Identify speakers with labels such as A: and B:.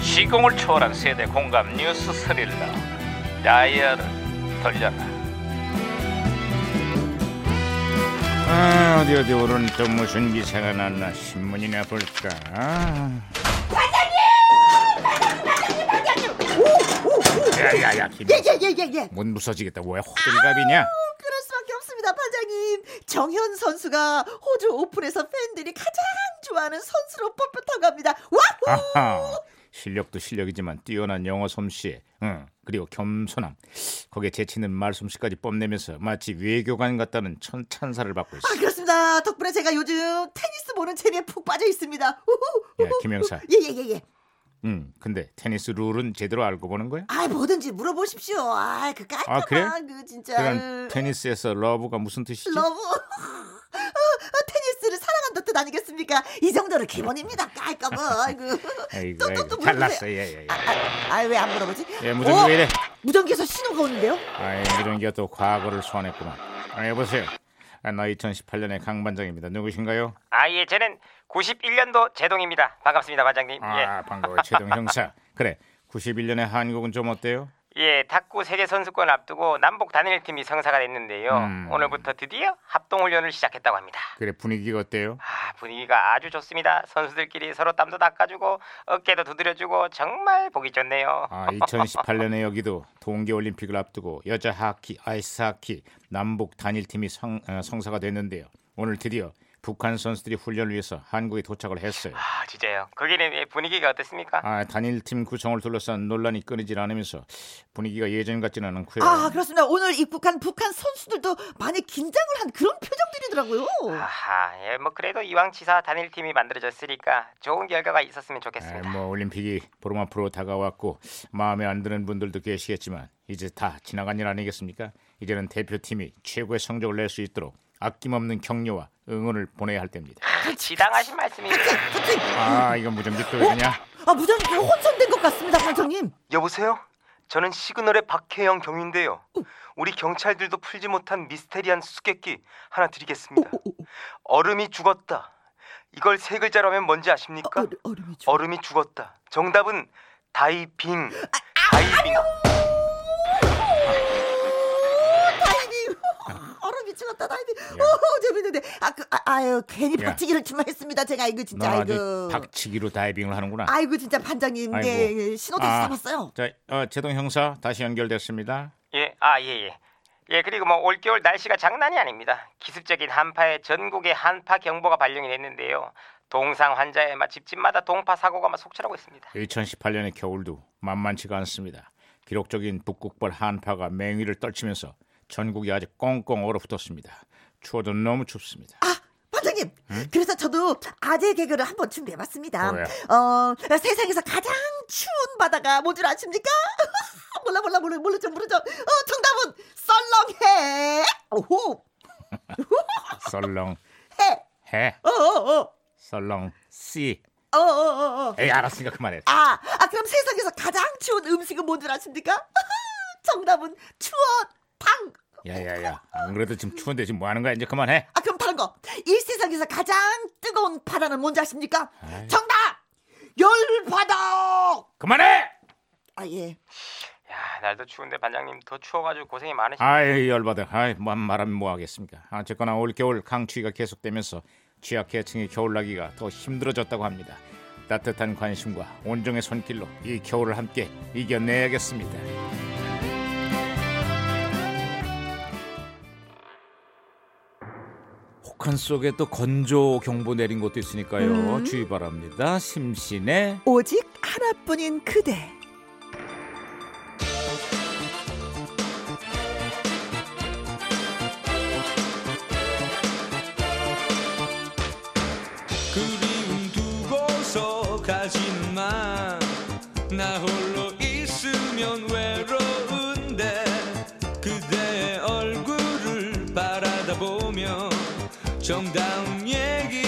A: 시공을 초월한 세대 공감 뉴스 스릴러 다이얼을 돌려라
B: 아, 어디 어디 오늘은 또 무슨 기사가 났나 신문이나 볼까? 야야야 김
C: 예예예예예. 어,
B: 문 부서지겠다 왜 호들갑이냐?
C: 그럴 수밖에 없습니다, 반장님. 정현 선수가 호주 오픈에서 팬들이 가장 좋아하는 선수로 뽑혔다고 합니다. 와우!
B: 아하 실력도 실력이지만 뛰어난 영어 솜씨, 응 그리고 겸손함 거기에 재치는 말솜씨까지 뽐내면서 마치 외교관 같다는 천, 찬사를 받고 있어.
C: 아 그렇습니다. 덕분에 제가 요즘 테니스 보는 재미에 푹 빠져 있습니다. 우후.
B: 야, 김 형사.
C: 예예예예.
B: 응 근데 테니스 룰은 제대로 알고 보는 거야?
C: 아 뭐든지 물어보십시오. 아그 깔끔한
B: 아, 그래?
C: 그 진짜.
B: 그럼 테니스에서 러브가 무슨 뜻이지?
C: 러브. 어, 테니스를 사랑한다 뜻 아니겠습니까? 이 정도는 기본입니다. 깔끔한 그.
B: 아이고,
C: 또, 또,
B: 아이고
C: 또
B: 잘났어
C: 물어보세요.
B: 예예예.
C: 아왜 안 물어보지?
B: 예, 무전기
C: 어?
B: 왜 이래? 네.
C: 무전기에서 신호가 오는데요?
B: 아이 무전기가 또 과거를 소환했구만. 아, 여보세요. 아, 나 2018년의 강 반장입니다. 누구신가요?
D: 아, 예, 저는 91년도 제동입니다. 반갑습니다, 반장님.
C: 예.
B: 아 반가워 최동 형사. 그래. 91년의 한국은 좀 어때요?
D: 예. 예, 탁구 세계 선수권 앞두고 남북 단일팀이 성사가 됐는데요.
B: 음.
D: 오늘부터 드디어 합동 훈련을 시작했다고 합니다.
B: 그래 분위기가 어때요?
D: 아, 분위기가 아주 좋습니다. 선수들끼리 서로 땀도 닦아주고 어깨도 두드려주고 정말 보기 좋네요.
B: 아 2018년에 여기도 동계올림픽을 앞두고 여자 하키, 아이스 하키 남북 단일팀이 성, 어, 성사가 됐는데요. 오늘 드디어 북한 선수들이 훈련을 위해서 한국에 도착을 했어요.
D: 아, 진짜요. 거기는 예, 분위기가 어땠습니까?
B: 아 단일팀 구성을 둘러싼 논란이 끊이질 않으면서 분위기가 예전 같지는 않고요.
C: 아 그렇습니다. 오늘 입국한 북한 선수들도 많이 긴장을 한 그런 표정들이더라고요.
D: 아하, 예, 뭐 그래도 이왕 지사 단일팀이 만들어졌으니까 좋은 결과가 있었으면
B: 아,
D: 좋겠습니다.
B: 뭐 올림픽이 보름 앞으로 다가왔고 마음에 안 드는 분들도 계시겠지만 이제 다 지나간 일 아니겠습니까? 이제는 대표팀이 최고의 성적을 낼 수 있도록 아낌없는 격려와 응원을 보내야 할 때입니다.
D: 아, 지당하신 말씀이.
C: 갑자기
B: 아 이건 무전기 또 이러냐?
C: 아 무전기 혼선된 것 같습니다, 관장님.
D: 여보세요? 저는 시그널의 박혜영 경위인데요. 우리 경찰들도 풀지 못한 미스테리한 수수께끼 하나 드리겠습니다. 얼음이 죽었다. 이걸 세 글자로 하면 뭔지 아십니까?
C: 얼- 얼음이 좀.
D: 얼음이 죽었다. 정답은 다이빙. 다이빙.
C: 다이빙. 얼음이 죽었다 다이빙.
B: 예.
C: 오 재밌는데. 아, 그, 아 아유 괜히
B: 야.
C: 박치기를 주마했습니다. 제가 이거
B: 예. 너
C: 진짜
B: 아주
C: 아이고.
B: 박치기로 다이빙을 하는구나.
C: 아이고 진짜 반장님
B: 아이고.
C: 네 신호도
B: 아,
C: 잡았어요.
B: 자, 어, 제동 형사 다시 연결됐습니다.
D: 예, 아, 예, 예. 예, 그리고 뭐 올겨울 날씨가 장난이 아닙니다. 기습적인 한파에 전국에 한파 경보가 발령이 됐는데요. 동상 환자에 막 집집마다 동파 사고가 막 속출하고 있습니다.
B: 2018년의 겨울도 만만치가 않습니다. 기록적인 북극벌 한파가 맹위를 떨치면서 전국이 아주 꽁꽁 얼어붙었습니다. 추워도 너무 춥습니다.
C: 아 반장님 그래서 저도 아재 개그를 한번 준비해봤습니다.
B: 뭐야?
C: 어 세상에서 가장 추운 바다가 뭔 줄 아십니까? 몰라 몰라 몰라 모르죠 모르죠. 어 정답은 썰렁해. 오호
B: 썰렁
C: 해.
B: 해
C: 어어어어어어어.
B: 썰렁 씨.
C: 어, 어, 어.
B: 에이 알았으니까 그만해.
C: 아, 아 그럼 세상에서 가장 추운 음식은 뭔 줄 아십니까? 정답은 추어탕.
B: 야야야. 안 그래도 지금 추운데 지금 뭐 하는 거야? 이제 그만해.
C: 아 그럼 다른 거. 이 세상에서 가장 뜨거운 바다는 뭔지 아십니까? 정답 열바다.
B: 그만해.
C: 아 예.
D: 야, 날도 추운데 반장님 더 추워가지고 고생이 많으시.
B: 아이 열받아. 아이 뭐 말하면 뭐 하겠습니까? 어쨌거나 올겨울 강추위가 계속되면서 취약계층의 겨울나기가 더 힘들어졌다고 합니다. 따뜻한 관심과 온종의 손길로 이 겨울을 함께 이겨내야겠습니다.
E: 혹한 속에 또 건조 경보 내린 곳도 있으니까요. 주의 바랍니다. 심신의
C: 오직 하나뿐인 그대.
F: 그리움 두고서 가지마 나 홀로 있으면 외로운데 그대의 얼굴을 바라다 보며 정다운 얘기